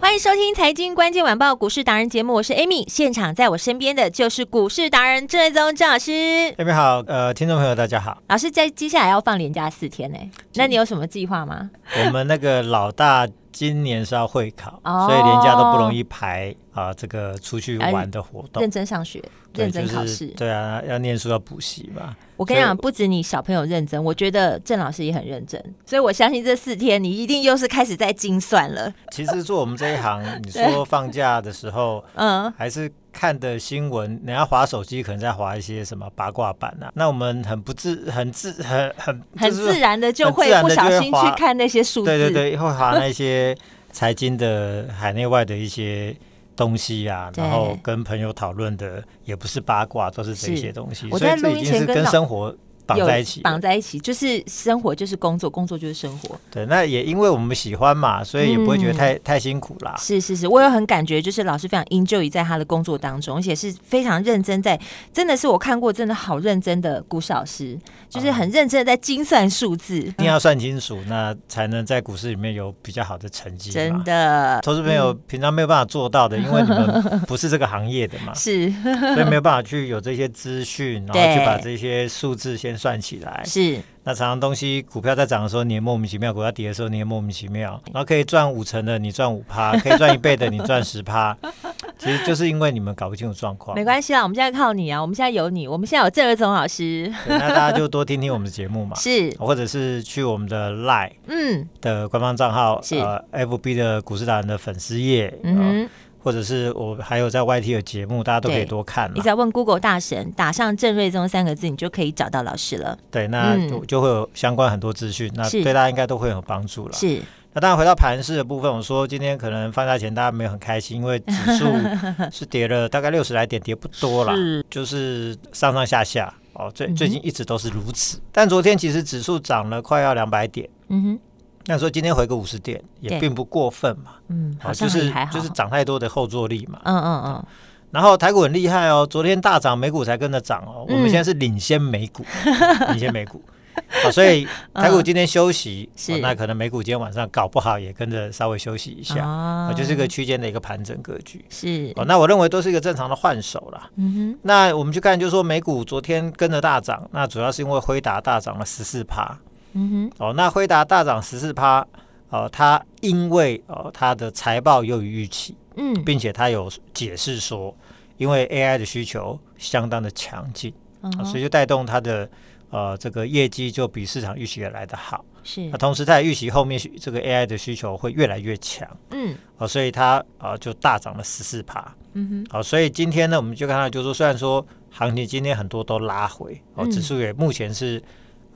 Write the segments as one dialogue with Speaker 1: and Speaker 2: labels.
Speaker 1: 欢迎收听《财经关键晚报》股市达人节目，我是 Amy。现场在我身边的就是股市达人郑瑞宗郑老师。
Speaker 2: 各位好，呃，听众朋友大家 好。
Speaker 1: 老师在接下来要放连假四天呢、那你有什么计划吗？
Speaker 2: 我们那个老大今年是要会考，
Speaker 1: 哦
Speaker 2: 所以连假都不容易排啊、这个出去玩的活动
Speaker 1: 认。真上学，
Speaker 2: 对
Speaker 1: 认真考
Speaker 2: 就
Speaker 1: 试。
Speaker 2: 是对啊，要念书要补习嘛。
Speaker 1: 我跟你
Speaker 2: 所以
Speaker 1: 讲，不止你小朋友认真，我觉得郑老师也很认真，所以我相信这四天你一定又是开始在精算了。
Speaker 2: 其实做我们这一行，你说放假的时候，
Speaker 1: 嗯，
Speaker 2: 还是看的新闻，人家划手机可能在划一些什么八卦版啊。那我们很不自、很自、很很
Speaker 1: 很
Speaker 2: 就是
Speaker 1: 自然的就
Speaker 2: 很
Speaker 1: 会
Speaker 2: 自然
Speaker 1: 不
Speaker 2: 地
Speaker 1: 小
Speaker 2: 就会
Speaker 1: 心去
Speaker 2: 滑
Speaker 1: 看那些数字。
Speaker 2: 对对对，会划那些财经的海内外的一些东西啊，
Speaker 1: 对
Speaker 2: 然后跟朋友讨论的也不是八卦，都是这些
Speaker 1: 是
Speaker 2: 东西，
Speaker 1: 我
Speaker 2: 所
Speaker 1: 在
Speaker 2: 以这
Speaker 1: 录
Speaker 2: 已
Speaker 1: 音
Speaker 2: 经
Speaker 1: 前
Speaker 2: 是
Speaker 1: 跟
Speaker 2: 跟
Speaker 1: 老
Speaker 2: 生活绑
Speaker 1: 有
Speaker 2: 在一起了。
Speaker 1: 绑在一起就是生活就是工作，工作就是生活。
Speaker 2: 对，那也因为我们喜欢嘛，所以也不会觉得
Speaker 1: 嗯
Speaker 2: 太、太辛苦啦。
Speaker 1: 是是是，我有很感觉，就是老师非常 enjoy 在他的工作当中，而且是非常认真在，真的是我看过真的好认真的股市老师，就是很认真的在精算数字，
Speaker 2: 一定要算清楚，那才能在股市里面有比较好的成绩嘛。
Speaker 1: 真，的嗯
Speaker 2: 投资朋友平常没有办法做到的，因为 你们不是这个行业的嘛，
Speaker 1: 是
Speaker 2: 所以没有办法去有这些资讯，然后
Speaker 1: 对
Speaker 2: 去把这些数字先算起来。
Speaker 1: 是
Speaker 2: 那常常东西股票在涨的时候，你也莫名其妙；股票跌的时候，你也莫名其妙。然后可以赚五成的，你赚五趴；可以赚一倍的，你赚十 趴。其实就是因为你们搞不清楚状况，
Speaker 1: 没关系啦，我们现在靠你啊，我们现在有你，我们现在有郑瑞宗老师，
Speaker 2: 对那大家就多听听我们的节目嘛，
Speaker 1: 是
Speaker 2: 或者是去我们的 Line
Speaker 1: 嗯
Speaker 2: 的官方账号，
Speaker 1: 是
Speaker 2: 呃，FB 的股市达人的粉丝页，呃
Speaker 1: 嗯哼，
Speaker 2: 或者是我还有在 YT 的节目，大家都可以
Speaker 1: 对
Speaker 2: 多看嘛
Speaker 1: 你只。要问 Google 大神，打上郑瑞宗三个字，你就可以找到老师了，
Speaker 2: 对，那
Speaker 1: 嗯
Speaker 2: 就就会有相关很多资讯，那
Speaker 1: 是
Speaker 2: 对大家应该都会很有帮助了。
Speaker 1: 是
Speaker 2: 那当然，回到盘市的部分，我说今天可能放假前大家没有很开心，因为指 数是跌了大概六十来点，跌不多啦，
Speaker 1: 是
Speaker 2: 就是上上下下哦。最
Speaker 1: 嗯哼
Speaker 2: 最近一直都是如此，但昨天其实指数涨了快要两百点，
Speaker 1: 嗯哼
Speaker 2: 那说今天回个五十点也
Speaker 1: 对
Speaker 2: 并不过分嘛，
Speaker 1: 嗯，好
Speaker 2: 哦，
Speaker 1: 像
Speaker 2: 就是
Speaker 1: 也还好，
Speaker 2: 就是涨太多的后坐力嘛。
Speaker 1: 嗯嗯嗯，
Speaker 2: 然后台股很厉害哦，昨天大涨，美股才跟着涨哦。
Speaker 1: 嗯
Speaker 2: 我们现在是领先美 股，领先美股。好，所以台股今天休息，
Speaker 1: 嗯是
Speaker 2: 哦那可能美股今天晚上搞不好也跟着稍微休息一下，
Speaker 1: 啊
Speaker 2: 哦就是一个区间的一个盘整格局。
Speaker 1: 是
Speaker 2: 哦，那我认为都是一个正常的换手啦。
Speaker 1: 嗯
Speaker 2: 那我们去看，就是说美股昨天跟着大涨，那主要是因为辉达大涨了十四趴。
Speaker 1: 哼嗯哼。
Speaker 2: 哦，那辉达大涨十四趴，哦，它因为哦它的财报优于预期，
Speaker 1: 嗯
Speaker 2: 并且它有解释说，因为 AI 的需求相当的强劲，
Speaker 1: 嗯哼
Speaker 2: 啊所以就带动它的呃这个业绩就比市场预期也来得好。
Speaker 1: 是
Speaker 2: 那同时它也预期后面需这个 AI 的需求会越来越强，
Speaker 1: 嗯
Speaker 2: 啊，所以它啊、呃就大涨了十四趴。
Speaker 1: 嗯哼
Speaker 2: 好，所以今天呢，我们就看到，就是说，虽然说行情今天很多都拉回，哦，
Speaker 1: 嗯
Speaker 2: 指数也目前是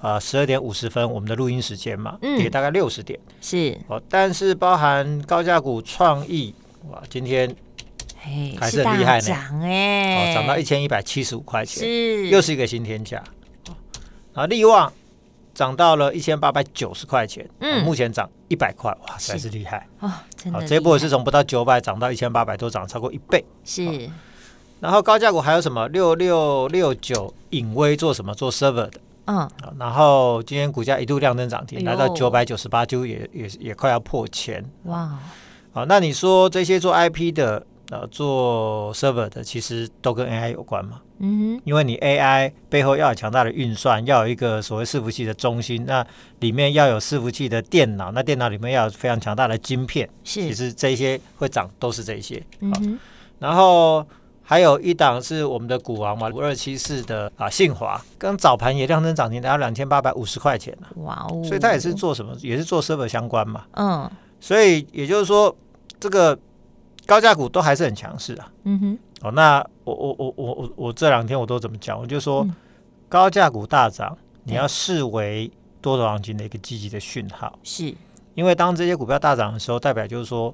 Speaker 2: 呃十二点五十分，我们的录音时间嘛，
Speaker 1: 嗯
Speaker 2: 跌大概六十点，
Speaker 1: 是
Speaker 2: 哦，但是包含高价股创意，哇，今天
Speaker 1: 嘿
Speaker 2: 还
Speaker 1: 是
Speaker 2: 是很厉害呢
Speaker 1: 大涨
Speaker 2: 哦
Speaker 1: 哎，
Speaker 2: 涨到一千一百七十五块钱，
Speaker 1: 是
Speaker 2: 又是一个新天价。啊，力旺涨到了一千八百九十块钱，
Speaker 1: 嗯
Speaker 2: 啊目前涨一百块，哇，实在
Speaker 1: 是
Speaker 2: 是厉害。
Speaker 1: 哦，真
Speaker 2: 好，
Speaker 1: 的
Speaker 2: 这一波
Speaker 1: 厉害
Speaker 2: 是从不到九百涨到一千八百多，涨超过一倍。
Speaker 1: 是
Speaker 2: 然后高价股还有什么六六六九隐微做什么做 server 的
Speaker 1: 嗯
Speaker 2: 啊？然后今天股价一度亮灯涨停，
Speaker 1: 哎呦
Speaker 2: 来到九百九十八，几乎也也也快要破千。
Speaker 1: 哇
Speaker 2: 好，那你说这些做 IP 的呃做 server 的，其实都跟 AI 有关吗？
Speaker 1: 嗯哼
Speaker 2: 因为你 AI 背后要有强大的运算，要有一个所谓伺服器的中心，那里面要有伺服器的电脑，那电脑里面要有非常强大的晶片。其
Speaker 1: 是
Speaker 2: 实这一些会涨都是这一些。
Speaker 1: 嗯哼
Speaker 2: 然后还有一档是我们的股王嘛，五二七四的啊信华，刚早盘也亮灯涨停，然后两千八百五十块钱啊
Speaker 1: 哇哦，
Speaker 2: 所以它也是
Speaker 1: 어,
Speaker 2: 做什么，也是做 server 相关嘛。
Speaker 1: 嗯
Speaker 2: 所以也就是说，这个高价股都还是很强势啊。
Speaker 1: 嗯哼，
Speaker 2: 哦，那我我我我我我这两天我都怎么讲？我就说、
Speaker 1: 嗯
Speaker 2: 高价股大涨，你
Speaker 1: 对
Speaker 2: 要视为多头行情的一个积极的讯号，
Speaker 1: 是，
Speaker 2: 因为当这些股票大涨的时候，代表就是说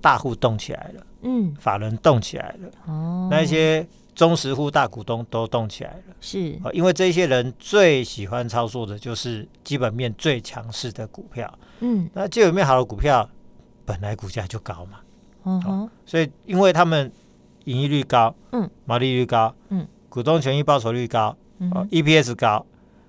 Speaker 2: 大户动起来了，
Speaker 1: 嗯，
Speaker 2: 法人动起来了，
Speaker 1: 哦，
Speaker 2: 那一些中实户大股东都动起来了。
Speaker 1: 是
Speaker 2: 啊，因为这些人最喜欢操作的就是基本面最强势的股票。
Speaker 1: 嗯，
Speaker 2: 那基本面好的股票，本来股价就高嘛，
Speaker 1: 嗯哼，
Speaker 2: 所以因为他们盈利率高，
Speaker 1: 嗯，
Speaker 2: 毛利率高，
Speaker 1: 嗯，
Speaker 2: 股东权益报酬率高，
Speaker 1: 嗯
Speaker 2: 哦
Speaker 1: 哼，
Speaker 2: ，EPS 高，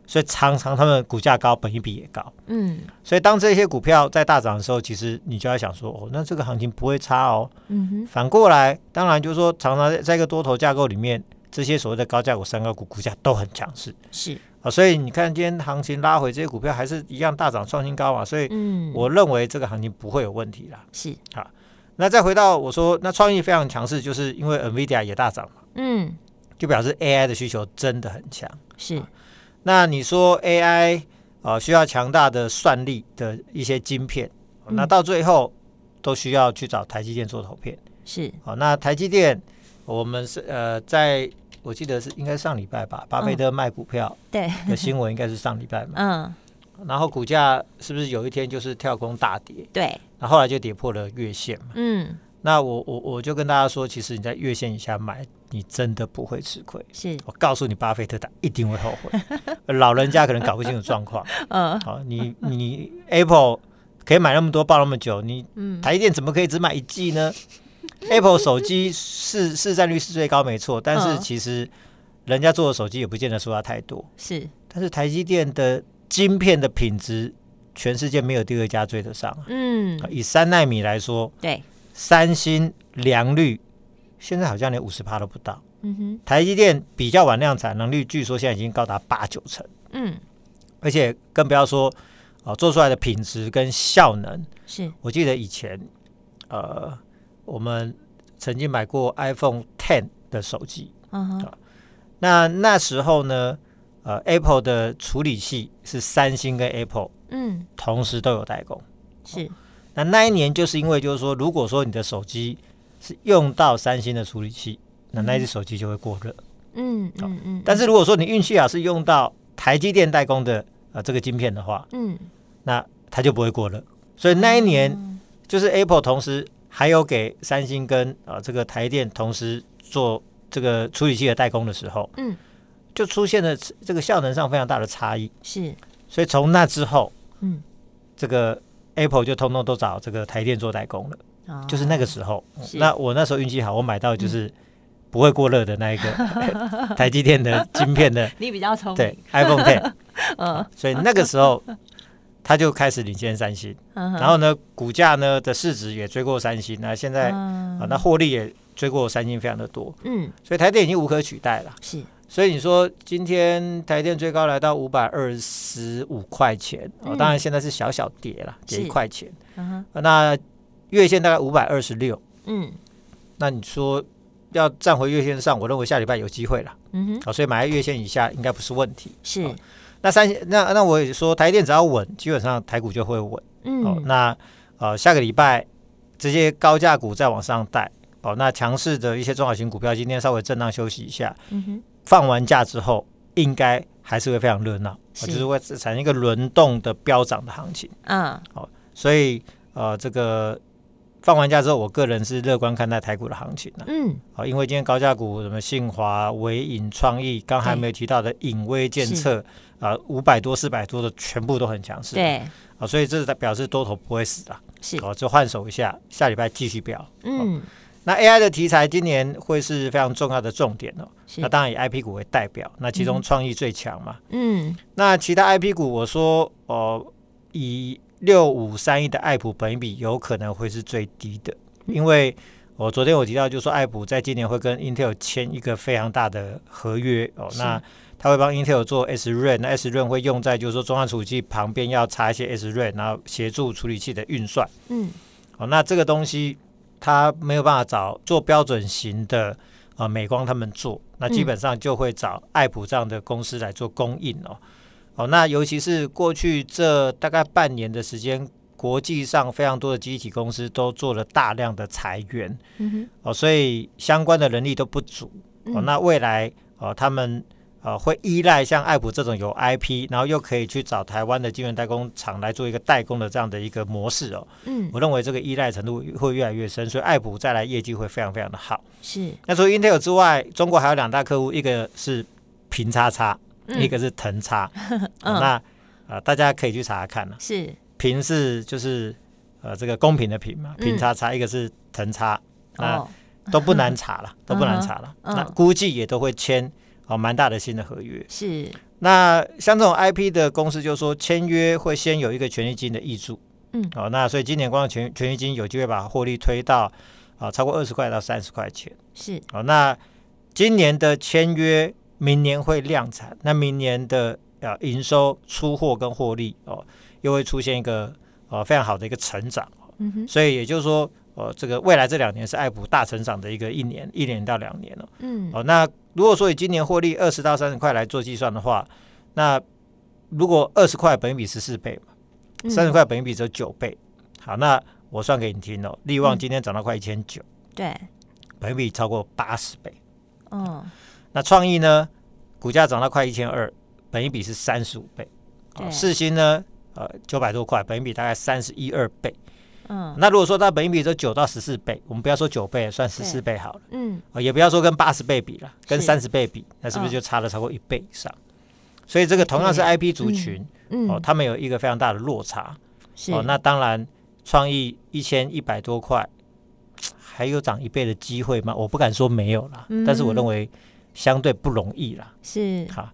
Speaker 2: 所以常常他们股价高，本益比也高。
Speaker 1: 嗯
Speaker 2: 所以当这些股票在大涨的时候，其实你就要想说，哦，那这个行情不会差哦。
Speaker 1: 嗯哼，
Speaker 2: 反过来，当然就是说，常常在在一个多头架构里面，这些所谓的高价股、三高股股价都很强势。
Speaker 1: 是，
Speaker 2: 啊，所以你看今天行情拉回，这些股票还是一样大涨创新高嘛，所以
Speaker 1: 嗯，
Speaker 2: 我认为这个行情不会有问题啦。
Speaker 1: 是，
Speaker 2: 那再回到我说，那创意非常强势，就是因为 NVIDIA 也大涨嘛，
Speaker 1: 嗯
Speaker 2: 就表示 AI 的需求真的很强。
Speaker 1: 是，
Speaker 2: 那你说 AI 啊、呃需要强大的算力的一些晶片，哦那
Speaker 1: 嗯
Speaker 2: 到最后都需要去找台积电做投片。
Speaker 1: 是，
Speaker 2: 好、那台积电我们是呃，在我记得是应该上礼拜吧，巴菲特卖股票
Speaker 1: 对，
Speaker 2: 的新闻应该是上礼 拜嘛。
Speaker 1: 嗯，
Speaker 2: 然后股价是不是有一天就是跳空大跌？
Speaker 1: 对，
Speaker 2: 那后来就跌破了月线嘛。
Speaker 1: 嗯，
Speaker 2: 那我我我就跟大家说，其实你在月线以下买，你真的不会吃亏。
Speaker 1: 是，
Speaker 2: 我告诉你，巴菲特他一定会后悔。呃老人家可能搞不清楚状况。
Speaker 1: 嗯
Speaker 2: 好、 你你 Apple 可以买那么多，抱那么久，你
Speaker 1: 嗯，
Speaker 2: 台积电怎么可以只买一季呢？Apple 手机市市占率是最高没错，但是
Speaker 1: 嗯
Speaker 2: 其实人家做的手机也不见得说它太多。
Speaker 1: 是，
Speaker 2: 但是台积电的晶片的品质，全世界没有第二家追得上啊。
Speaker 1: 嗯，
Speaker 2: 以三纳米来说，
Speaker 1: 对，
Speaker 2: 三星、良率现在好像连五十趴都不到。
Speaker 1: 嗯哼，
Speaker 2: 台积电比较晚量产，能率据说现在已经高达八九成，
Speaker 1: 嗯，
Speaker 2: 而且更不要说啊、呃做出来的品质跟效能。
Speaker 1: 是，
Speaker 2: 我记得以前，呃，我们曾经买过 iPhone Ten 的手机，
Speaker 1: 嗯哼，
Speaker 2: 那那时候呢，呃，Apple 的处理器是三星跟 Apple
Speaker 1: 嗯，
Speaker 2: 同时都有代工。
Speaker 1: 是，
Speaker 2: 那那一年就是因为就是说，如果说你的手机是用到三星的处理器，那那一只手机就会过热。
Speaker 1: 嗯嗯嗯，
Speaker 2: 但是如果说你运气啊好是用到台积电代工的呃这个晶片的话，
Speaker 1: 嗯，
Speaker 2: 那它就不会过热。所以那一年
Speaker 1: 嗯
Speaker 2: 就是 Apple 同时还有给三星跟呃这个台电同时做这个处理器的代工的时候，
Speaker 1: 嗯，
Speaker 2: 就出现了这个效能上非常大的差异。
Speaker 1: 是，
Speaker 2: 所以从那之后，
Speaker 1: 嗯，
Speaker 2: 这个 Apple 就通通都找这个台电做代工了。
Speaker 1: 哦
Speaker 2: 就是那个时候。嗯
Speaker 1: 是
Speaker 2: 那我那时候运气好，我买到就是不会过热的那一 个台积电的晶片的，
Speaker 1: 你比较聪
Speaker 2: 对
Speaker 1: 明，
Speaker 2: iPhone Ten， 啊
Speaker 1: 嗯
Speaker 2: 所以那个时候它就开始领先三星，
Speaker 1: 嗯哼，
Speaker 2: 然后呢，股价呢的市值也追过三星，那现在啊，
Speaker 1: 嗯
Speaker 2: 那获利也追过三星非常的多，
Speaker 1: 嗯
Speaker 2: 所以台电已经无可取代了。
Speaker 1: 是，
Speaker 2: 所以你说今天台电最高来到五百二十五块钱，哦，
Speaker 1: 嗯
Speaker 2: 当然现在是小小跌了，跌一
Speaker 1: 是
Speaker 2: 块钱，啊
Speaker 1: 嗯哼，
Speaker 2: 那月线大概五百二十六。
Speaker 1: 嗯
Speaker 2: 那你说要站回月线上，我认为下礼拜有机会了，
Speaker 1: 嗯哼，
Speaker 2: 好、所以买在月线以下应该不是问题。
Speaker 1: 是，
Speaker 2: 那三那那我也说，台积电只要稳，基本上台股就会稳。哦，
Speaker 1: 嗯
Speaker 2: 那呃下个礼拜这些高价股再往上带，哦，那强势的一些中小型股票今天稍微震荡休息一下，
Speaker 1: 嗯哼，
Speaker 2: 放完假之后应该还是会非常热闹，哦
Speaker 1: 是
Speaker 2: 就是会产生一个轮动的飙涨的行情。
Speaker 1: 嗯
Speaker 2: 所以呃这个放完假之后，我个人是乐观看待台股的行情、啊。
Speaker 1: 嗯
Speaker 2: 好，因为今天高价股什么信华、伟影、创意，刚还没有提到的影微建测啊，五百多、四百多的全部都很强势。
Speaker 1: 对
Speaker 2: 啊，所以这是表示多头不会死啊。
Speaker 1: 是，
Speaker 2: 好，就换手一下，下礼拜继续飙。
Speaker 1: 嗯
Speaker 2: 那 AI 的题材今年会是非常重要的重点哦。
Speaker 1: 是
Speaker 2: 那，当然以 IP 股为代表，那其中创意最强嘛。
Speaker 1: 嗯
Speaker 2: 那其他 IP 股，我说哦、以六五三一的爱普本益比有可能会是最低的，因为我、昨天我提到，就是说爱普在今年会跟 Intel 签一个非常大的合约哦，
Speaker 1: 是
Speaker 2: 那他会帮 Intel 做 S r a n 那 S r a n 会用在就是说中央处理器旁边要插一些 S r a n 然后协助处理器的运算
Speaker 1: 嗯
Speaker 2: 哦，那这个东西它没有办法找做标准型的。呃，美光他们做，那基
Speaker 1: 嗯
Speaker 2: 本上就会找爱普这样的公司来做供应哦。哦，那尤其是过去这大概半年的时间，国际上非常多的机体公司都做了大量的裁员
Speaker 1: 嗯哼，
Speaker 2: 哦，所以相关的人力都不足哦。
Speaker 1: 嗯
Speaker 2: 那未来哦，他们呃会依赖像爱普这种有 IP，然后又可以去找台湾的晶圆代工厂来做一个代工的这样的一个模式哦。
Speaker 1: 嗯，
Speaker 2: 我认为这个依赖程度会越来越深，所以爱普再来业绩会非常非常的好。
Speaker 1: 是，
Speaker 2: 那除了 Intel 之外，中国还有两大客户，一个是平叉叉，
Speaker 1: 嗯
Speaker 2: 一个是腾叉。哦
Speaker 1: 嗯，
Speaker 2: 那呃，大家可以去查查看了、
Speaker 1: 是，
Speaker 2: 平是就是呃这个公平的平嘛，
Speaker 1: 嗯
Speaker 2: 平叉叉，一个是腾叉，那、
Speaker 1: 哦，
Speaker 2: 都不难查 了，都不难查了。
Speaker 1: 嗯哼
Speaker 2: 那
Speaker 1: 嗯
Speaker 2: 估计也都会签哦蛮大的新的合约。
Speaker 1: 是，
Speaker 2: 那像这种 IP 的公司，就说签约会先有一个权利金的益注，
Speaker 1: 嗯
Speaker 2: 哦，那所以今年光权权利金有机会把获利推到啊、超过二十块到三十块钱。
Speaker 1: 是，
Speaker 2: 好，那今年的签约，明年会量产，那明年的呃营收、出货跟获利哦，又会出现一个呃非常好的一个成长。
Speaker 1: 嗯哼，
Speaker 2: 所以也就是说，呃，这个未来这两年是爱普大成长的一个一年，一年到两年了、
Speaker 1: 嗯，
Speaker 2: 哦。那如果说以今年获利二十到三十块来做计算的话，那如果二十块本益比十四倍嘛，
Speaker 1: 嗯
Speaker 2: 三十，块本益比只有九倍。好，那我算给你听哦，利旺
Speaker 1: 嗯
Speaker 2: 今天涨到快一千九，
Speaker 1: 对，
Speaker 2: 本益比超过八十倍。
Speaker 1: 嗯，
Speaker 2: 那创意呢，股价涨到快一千二，本一比是三十五倍。
Speaker 1: 对
Speaker 2: 世新呢，呃，九百多块，本一比大概三十一二倍。
Speaker 1: 嗯，
Speaker 2: 那如果说它本一比只有九到十四倍，我们不要说九倍，算十四倍好了、
Speaker 1: 嗯，
Speaker 2: 呃也不要说跟八十倍比了，跟
Speaker 1: 是啊
Speaker 2: 三十倍比，那是不是就差了超过一倍以上？所以这个同样是
Speaker 1: 对
Speaker 2: IP 族群、哦，
Speaker 1: 嗯，
Speaker 2: 他们有一个非常大的落差
Speaker 1: 是，
Speaker 2: 哦。那当然，创意一千一百多块，还有涨一倍的机会吗？我不敢说没有啦，
Speaker 1: 嗯
Speaker 2: 但是我认为相对不容易啦。
Speaker 1: 是，
Speaker 2: 好，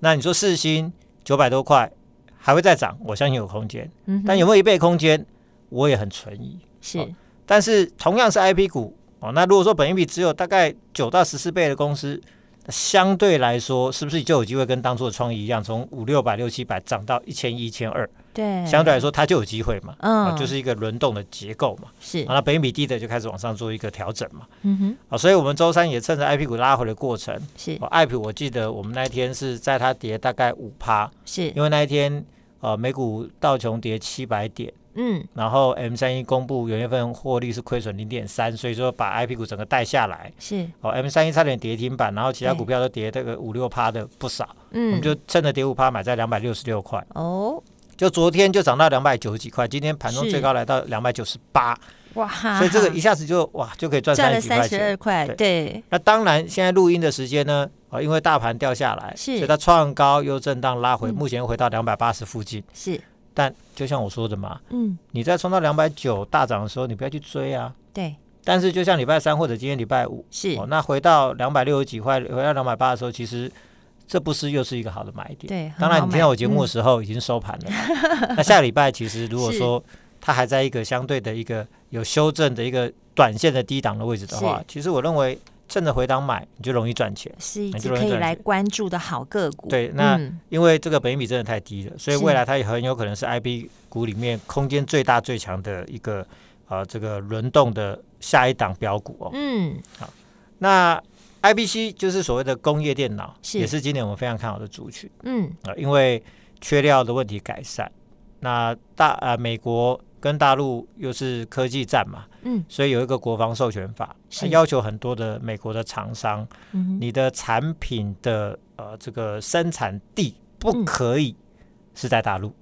Speaker 2: 那你说四星九百多块还会再涨，我相信有空间，
Speaker 1: 嗯哼，
Speaker 2: 但有没有一倍空间，我也很存疑。
Speaker 1: 是，
Speaker 2: 但是同样是 IP 股哦，那如果说本益比只有大概九到十四倍的公司，那相对来说是不是就有机会跟当初的创意一样，从五六百、六七百涨到一千一、一千二？
Speaker 1: 对，
Speaker 2: 相对来说它就有机会嘛，啊、
Speaker 1: 哎嗯
Speaker 2: 就是一个轮动的结构嘛。
Speaker 1: 是
Speaker 2: 啊，，那本益比低的就开始往上做一个调整嘛。
Speaker 1: 嗯哼，
Speaker 2: 啊，所以我们周三也趁着 IP 股拉回的过程，
Speaker 1: 是
Speaker 2: 哦，艾普，我记得我们那一天是在它跌大概五趴，
Speaker 1: 是，
Speaker 2: 因为那一天呃美股道琼跌七百点，
Speaker 1: 嗯，
Speaker 2: 然后 M 三一公布元月份获利是亏损零点三，所以说把 I P 股整个带下来。
Speaker 1: 是，
Speaker 2: 哦，M 三一差点跌停板，然后其他
Speaker 1: 对
Speaker 2: 股票都跌这个五六趴的不少，我
Speaker 1: 嗯，
Speaker 2: 们就趁着跌五趴买在两百六十六块，
Speaker 1: 哦，
Speaker 2: 就昨天就涨到两百九十几块，今天盘中
Speaker 1: 是
Speaker 2: 最高来到两百九十八，
Speaker 1: 哇，
Speaker 2: 所以这个一下子就哇就可以赚
Speaker 1: 赚
Speaker 2: 三
Speaker 1: 了三十
Speaker 2: 十几块钱
Speaker 1: 二。块，
Speaker 2: 对
Speaker 1: 对，
Speaker 2: 那当然，现在录音的时间呢，啊、因为大盘掉下来，
Speaker 1: 是
Speaker 2: 所以它创高又震荡拉回，
Speaker 1: 嗯
Speaker 2: 目前回到两百八十附近。
Speaker 1: 是，
Speaker 2: 但就像我说的嘛，
Speaker 1: 嗯，
Speaker 2: 你在冲到两百九大涨的时候，你不要去追啊。
Speaker 1: 对，
Speaker 2: 但是就像礼拜三或者今天礼拜五，
Speaker 1: 是
Speaker 2: 哦，，那回到两百六十几块，回到两百八的时候，其实这不是又是一个好的买点。
Speaker 1: 对，
Speaker 2: 当然，你听到我节目的
Speaker 1: 是，
Speaker 2: 时候已经收盘了。 那下礼拜其实如果
Speaker 1: 嗯是
Speaker 2: 说它还在一个相对的一个有修正的一个短线的低档的位置的话
Speaker 1: 是，
Speaker 2: 其实我认为趁着回档买，你就容易赚钱。
Speaker 1: 是一
Speaker 2: 那
Speaker 1: 只
Speaker 2: 就容易
Speaker 1: 可以
Speaker 2: 赚
Speaker 1: 来
Speaker 2: 钱
Speaker 1: 关注的好个股，
Speaker 2: 对那
Speaker 1: 嗯
Speaker 2: 因为这个本益比真的太低了，所以
Speaker 1: 是
Speaker 2: 未来它也很有可能是 IP 股里面空间最大最强的一个呃这个轮动的下一档标股哦。
Speaker 1: 嗯，
Speaker 2: 那 IBC 就是所谓的工业电脑，
Speaker 1: 是
Speaker 2: 也是今年我们非常看好的族群
Speaker 1: 嗯，
Speaker 2: 啊、呃因为缺料的问题改善，那大啊、呃美国跟大陆又是科技战嘛，
Speaker 1: 嗯，
Speaker 2: 所以有一个国防授权法，
Speaker 1: 是
Speaker 2: 它要求很多的美国的厂商，
Speaker 1: 嗯哼，
Speaker 2: 你的产品的呃这个生产地不可以是在大陆，
Speaker 1: 嗯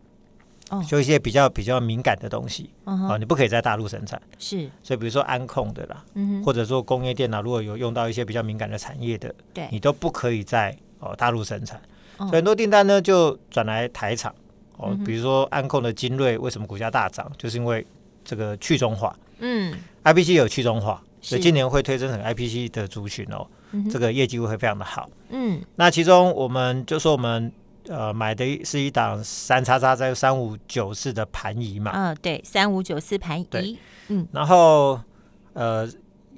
Speaker 1: 哦
Speaker 2: 就一些比较比较敏感的东西
Speaker 1: 嗯
Speaker 2: 啊、
Speaker 1: 哼，
Speaker 2: 你不可以在大陆生产。
Speaker 1: 是，
Speaker 2: 所以比如说安控的啦，
Speaker 1: 嗯哼，
Speaker 2: 或者说工业电脑，如果有用到一些比较敏感的产业的，你
Speaker 1: 对，
Speaker 2: 都不可以在哦大陆生产。
Speaker 1: 嗯
Speaker 2: 所以很多订单呢就转来台厂哦
Speaker 1: 嗯，哼
Speaker 2: 比如说安控的精锐，为什么股价大涨？就是因为这个去中化
Speaker 1: 嗯，
Speaker 2: ，IPC 有去中化，所以
Speaker 1: 是
Speaker 2: 今年会推升成 IPC 的族群哦，
Speaker 1: 嗯哼
Speaker 2: 这个业绩会非常的好。
Speaker 1: 嗯，
Speaker 2: 那其中我们就说我们呃买的一是一档三叉叉在三五九四的盘仪嘛，
Speaker 1: 啊，对，三五九四盘
Speaker 2: 对
Speaker 1: 一，
Speaker 2: 然后呃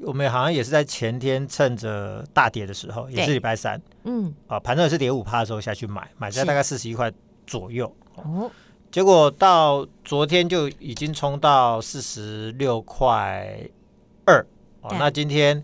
Speaker 2: 我们好像也是在前天趁着大跌的时候，也是
Speaker 1: 对
Speaker 2: 礼拜三
Speaker 1: 嗯，
Speaker 2: 啊，盘中也是跌五趴的时候下去买，买在
Speaker 1: 是
Speaker 2: 大概四十一块左右，
Speaker 1: 哦，
Speaker 2: 结果到昨天就已经冲到四十六块二哦
Speaker 1: 对，
Speaker 2: 那今天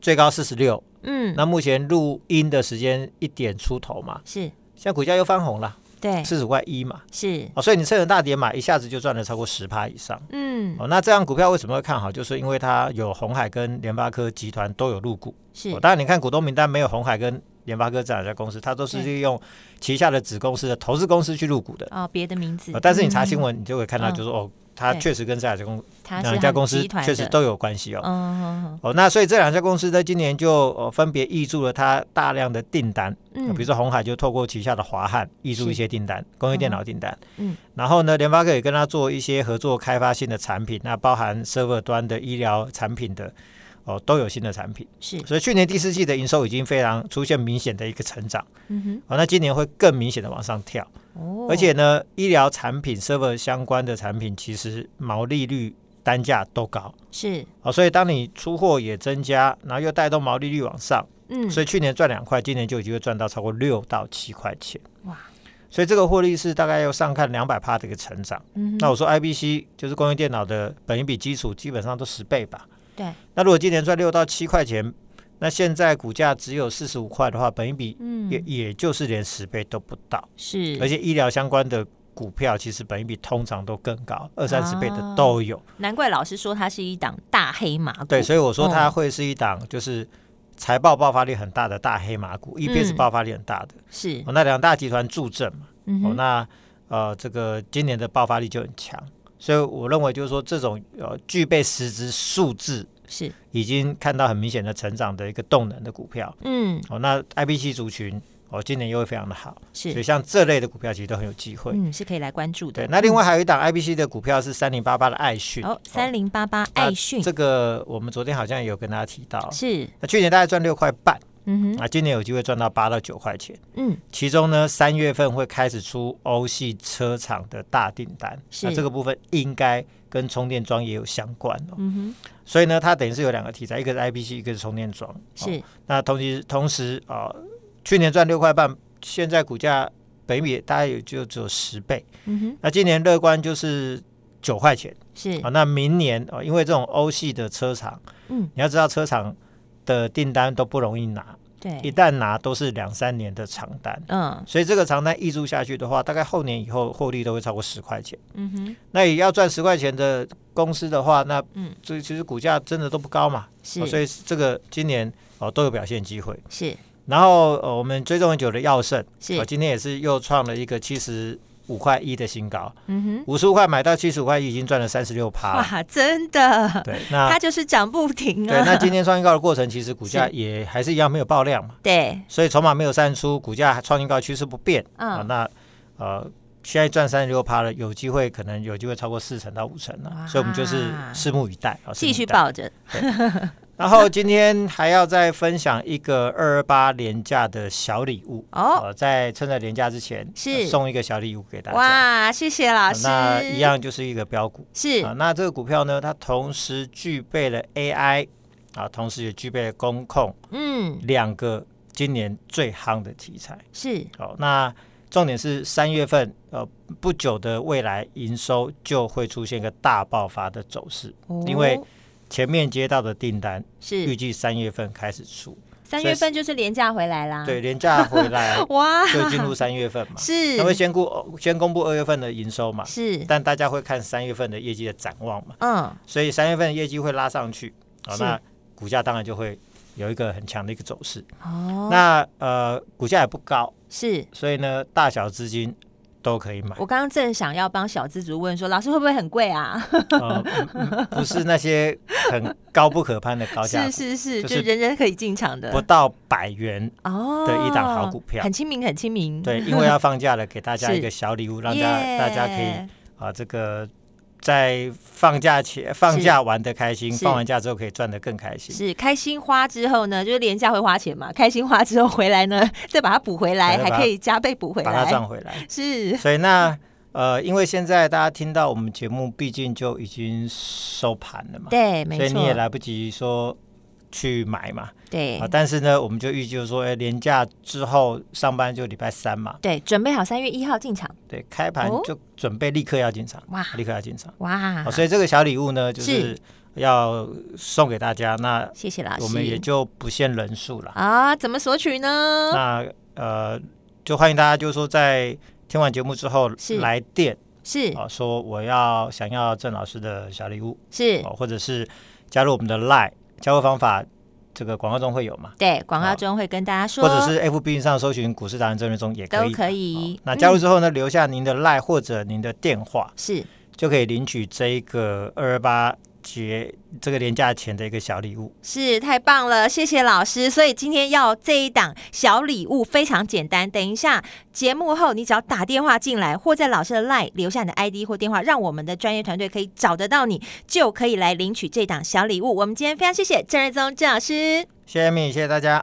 Speaker 2: 最高四十六，
Speaker 1: 嗯，
Speaker 2: 那目前录音的时间一点出头嘛，
Speaker 1: 是，
Speaker 2: 现在股价又翻红了。
Speaker 1: 对，
Speaker 2: 四十块一嘛，
Speaker 1: 是，
Speaker 2: 哦，所以你趁着大跌买，一下子就赚了超过十趴以上。
Speaker 1: 嗯，
Speaker 2: 哦，那这样股票为什么会看好？就是因为它有红海跟联发科集团都有入股。
Speaker 1: 是
Speaker 2: 哦，当然你看股东名单没有红海跟联发科这两家公司，它都是
Speaker 1: 对
Speaker 2: 利用旗下的子公司的投资公司去入股的。
Speaker 1: 哦，别的名字
Speaker 2: 哦，，但是你查
Speaker 1: 嗯
Speaker 2: 新闻，你就会看到，就是哦，它
Speaker 1: 对
Speaker 2: 确实跟这两家公
Speaker 1: 它是
Speaker 2: 两家
Speaker 1: 他们
Speaker 2: 公司
Speaker 1: 集团
Speaker 2: 确实
Speaker 1: 的，
Speaker 2: 都有关系哦。
Speaker 1: 嗯嗯
Speaker 2: 哦，那所以这两家公司在今年就呃分别挹注了它大量的订单，呃
Speaker 1: 嗯，
Speaker 2: 比如说红海就透过旗下的华汉挹注
Speaker 1: 是
Speaker 2: 一些订单，工业电脑订单，
Speaker 1: 嗯，
Speaker 2: 然后呢，联发科也跟他做一些合作开发新的产品，那包含 server 端的医疗产品的。哦，都有新的产品，
Speaker 1: 是，
Speaker 2: 所以去年第四季的营收已经非常出现明显的一个成长，
Speaker 1: 嗯
Speaker 2: 哦，那今年会更明显的往上跳，
Speaker 1: 哼，哦，
Speaker 2: 而且呢，医疗产品、server 相关的产品其实毛利率、单价都高，
Speaker 1: 是，
Speaker 2: 哦，所以当你出货也增加，然后又带动毛利率往上，
Speaker 1: 嗯，
Speaker 2: 所以去年赚两块，今年就有机会赚到超过六到七块钱。
Speaker 1: 哇！
Speaker 2: 所以这个获利是大概要上看两百帕的一个成长。
Speaker 1: 嗯哼
Speaker 2: 那我说 IBC 就是工业电脑的本益比基础基本上都十倍吧。
Speaker 1: 对。
Speaker 2: 那如果今年赚六到七块钱，那现在股价只有四十五块的话，本益比
Speaker 1: 嗯
Speaker 2: 也、也就是连十倍都不到。
Speaker 1: 是，
Speaker 2: 而且医疗相关的股票其实本益比通常都更高，二三十倍
Speaker 1: 哦
Speaker 2: 的都有。
Speaker 1: 难怪老师说它是一档大黑马股，
Speaker 2: 对，所以我说它
Speaker 1: 嗯
Speaker 2: 会是一档就是财报爆发力很大的大黑马股、e p s
Speaker 1: 嗯
Speaker 2: 爆发力很大的。
Speaker 1: 是
Speaker 2: 哦，那两大集团助阵嘛，
Speaker 1: 嗯
Speaker 2: 哦，
Speaker 1: 哼，
Speaker 2: 那呃，这个今年的爆发力就很强，所以我认为就是说这种呃具备实质数字，
Speaker 1: 是，
Speaker 2: 已经看到很明显的成长的一个动能的股票，
Speaker 1: 嗯
Speaker 2: 哦，那 IBC 族群哦今年又会非常的好，所以
Speaker 1: 是，
Speaker 2: 像这类的股票其实都很有机会。
Speaker 1: 嗯是可以来关注的。
Speaker 2: 对，那另
Speaker 1: 嗯
Speaker 2: 外还有一档 IBC 的股票是三零八八的爱讯，
Speaker 1: 哦三零八八
Speaker 2: 那
Speaker 1: 爱讯
Speaker 2: 这个我们昨天好像有跟大家提到，
Speaker 1: 是，
Speaker 2: 那去年大概赚六块半，
Speaker 1: 嗯哼，
Speaker 2: 啊，今年有机会赚到八到九块钱。
Speaker 1: 嗯
Speaker 2: 其中呢，三月份会开始出欧系车厂的大订单，
Speaker 1: 是
Speaker 2: 那这个部分应该跟充电桩也有相关哦。
Speaker 1: 嗯
Speaker 2: 所以呢，它等于是有两个题材，一个是 IBC，一个是充电桩。
Speaker 1: 哼，是
Speaker 2: 哦，那同时同时啊、呃去年赚六块半，现在股价北米大概也就只有十倍。
Speaker 1: 嗯哼，
Speaker 2: 那今年乐观就是九块钱
Speaker 1: 是
Speaker 2: 啊、那明年哦、因为这种欧系的车厂，
Speaker 1: 嗯，
Speaker 2: 你要知道车厂的订单都不容易拿，一
Speaker 1: 对，
Speaker 2: 旦拿都是两三年的长单。
Speaker 1: 嗯
Speaker 2: 所以这个长单溢注下去的话，大概后年以后获利都会超过十块钱。
Speaker 1: 嗯哼，
Speaker 2: 那也要赚十块钱的公司的话，那
Speaker 1: 嗯
Speaker 2: 这其实股价真的都不高嘛，
Speaker 1: 是
Speaker 2: 哦所以这个今年哦都有表现机会。
Speaker 1: 是
Speaker 2: 然后呃我们追踪很久的药盛，
Speaker 1: 是
Speaker 2: 哦，今天也是又创了一个七十五块一的新高，
Speaker 1: 嗯哼，
Speaker 2: 五十五块买到七十五块一，已经赚了三十六趴。
Speaker 1: 哇，真的，
Speaker 2: 对，
Speaker 1: 它
Speaker 2: 那
Speaker 1: 就是涨不 停
Speaker 2: 对那
Speaker 1: 啊，
Speaker 2: 今天创新高的过程，其实股价
Speaker 1: 是
Speaker 2: 也还是一样没有爆量嘛，
Speaker 1: 对，
Speaker 2: 所以筹码没有散出，股价创新高趋势不变。啊，
Speaker 1: 嗯
Speaker 2: 那呃，现在赚三十六趴了，有机会可能有机会超过四成到五成了，所以我们就是
Speaker 1: 哇
Speaker 2: 拭目以待啊，拭目
Speaker 1: 继
Speaker 2: 以
Speaker 1: 续
Speaker 2: 待。
Speaker 1: 抱着，
Speaker 2: 然后今天还要再分享一个二二八廉价的小礼物
Speaker 1: 哦
Speaker 2: 呃在趁着廉价之前
Speaker 1: 是
Speaker 2: 呃送一个小礼物给大家。啊
Speaker 1: 哇，谢谢老师，
Speaker 2: 那一样就是一个标股
Speaker 1: 是
Speaker 2: 啊，那这个股票呢，它同时具备了 AI 啊，同时也具备了工控
Speaker 1: 嗯
Speaker 2: 两个今年最夯的题材。
Speaker 1: 是
Speaker 2: 好，那重点是三月份，呃，不久的未来营收就会出现一个大爆发的走势，因为
Speaker 1: 哦
Speaker 2: 前面接到的订单预
Speaker 1: 是
Speaker 2: 计三月份开始出，
Speaker 1: 三
Speaker 2: 所以
Speaker 1: 月份就是廉价回来啦，
Speaker 2: 对，，廉价回来
Speaker 1: 哇，
Speaker 2: 就进入三月份嘛，
Speaker 1: 啊是
Speaker 2: 那会先公先公布二月份的营收嘛，
Speaker 1: 是，
Speaker 2: 但大家会看三月份的业绩的展望嘛，
Speaker 1: 嗯，
Speaker 2: 所以三月份业绩会拉上去，好，
Speaker 1: 是
Speaker 2: 那股价当然就会有一个很强的一个走势，
Speaker 1: 哦，
Speaker 2: 那呃，股价也不高，
Speaker 1: 是
Speaker 2: 所以呢，大小资金都可以买。
Speaker 1: 我刚刚正想要帮小资族问说，老师会不会很贵啊？
Speaker 2: 呃嗯嗯 不是那些很高不可攀的高价
Speaker 1: 是
Speaker 2: 股，
Speaker 1: 是是，
Speaker 2: 就
Speaker 1: 就是是人人可以进场的
Speaker 2: 不到百元。
Speaker 1: 哦
Speaker 2: 的一档好股票
Speaker 1: 很亲民，很亲民，
Speaker 2: 对，因为要放假了，给大家
Speaker 1: 是
Speaker 2: 一个小礼物，让 大
Speaker 1: 耶，
Speaker 2: 家大家可以啊，这个在放假前放假玩的开心，
Speaker 1: 是
Speaker 2: 放完假之后可以赚得更开心。
Speaker 1: 是开心花之后呢，就是廉价会花钱嘛，开心花之后回来呢，再把它补回来，
Speaker 2: 对把
Speaker 1: 还
Speaker 2: 它
Speaker 1: 可以加倍补回
Speaker 2: 把它赚
Speaker 1: 来，
Speaker 2: 回来。
Speaker 1: 是
Speaker 2: 所以那 呃，因为现在大家听到我们节目，毕竟就已经收盘了嘛，
Speaker 1: 对，
Speaker 2: 所
Speaker 1: 没
Speaker 2: 以你也
Speaker 1: 错，
Speaker 2: 来不及说去买嘛。
Speaker 1: 对
Speaker 2: 啊，但是呢，我们就预计就是说，哎，年假之后上班就礼拜三嘛，
Speaker 1: 对，准备好三月一号进场，
Speaker 2: 对，开盘
Speaker 1: 哦啊
Speaker 2: 就准备立刻要进场，
Speaker 1: 哇
Speaker 2: 立刻要进场。哦
Speaker 1: 哇
Speaker 2: 好，，所以这个小礼物呢，就是是要送给大家。那
Speaker 1: 谢谢老师，
Speaker 2: 我们也就不限人数了。
Speaker 1: 啊，怎么索取呢？
Speaker 2: 那呃，就欢迎大家，就是说在听完节目之后
Speaker 1: 是
Speaker 2: 来电
Speaker 1: 是
Speaker 2: 啊、说我要想要郑老师的小礼物
Speaker 1: 是
Speaker 2: 啊、，或者是加入我们的 Line，加入方法这个广告中会有嘛？
Speaker 1: 对，广告
Speaker 2: 好
Speaker 1: 中会跟大家说，
Speaker 2: 或者是 FB 上搜寻股市达人争论中也可
Speaker 1: 都
Speaker 2: 以。
Speaker 1: 可
Speaker 2: 哦
Speaker 1: 以。
Speaker 2: 那加入
Speaker 1: 嗯
Speaker 2: 之后呢，留下您的 Line 或者您的电话，
Speaker 1: 是
Speaker 2: 就可以领取这一个二二八节这个廉价前的一个小礼物。
Speaker 1: 是太棒了，谢谢老师。所以今天要这一档小礼物非常简单，等一下节目后你只要打电话进来，或在老师的 LINE 留下你的 ID 或电话，让我们的专业团队可以找得到你，就可以来领取这档小礼物。我们今天非常谢谢郑瑞宗郑老师。
Speaker 2: 谢谢米，谢谢大家。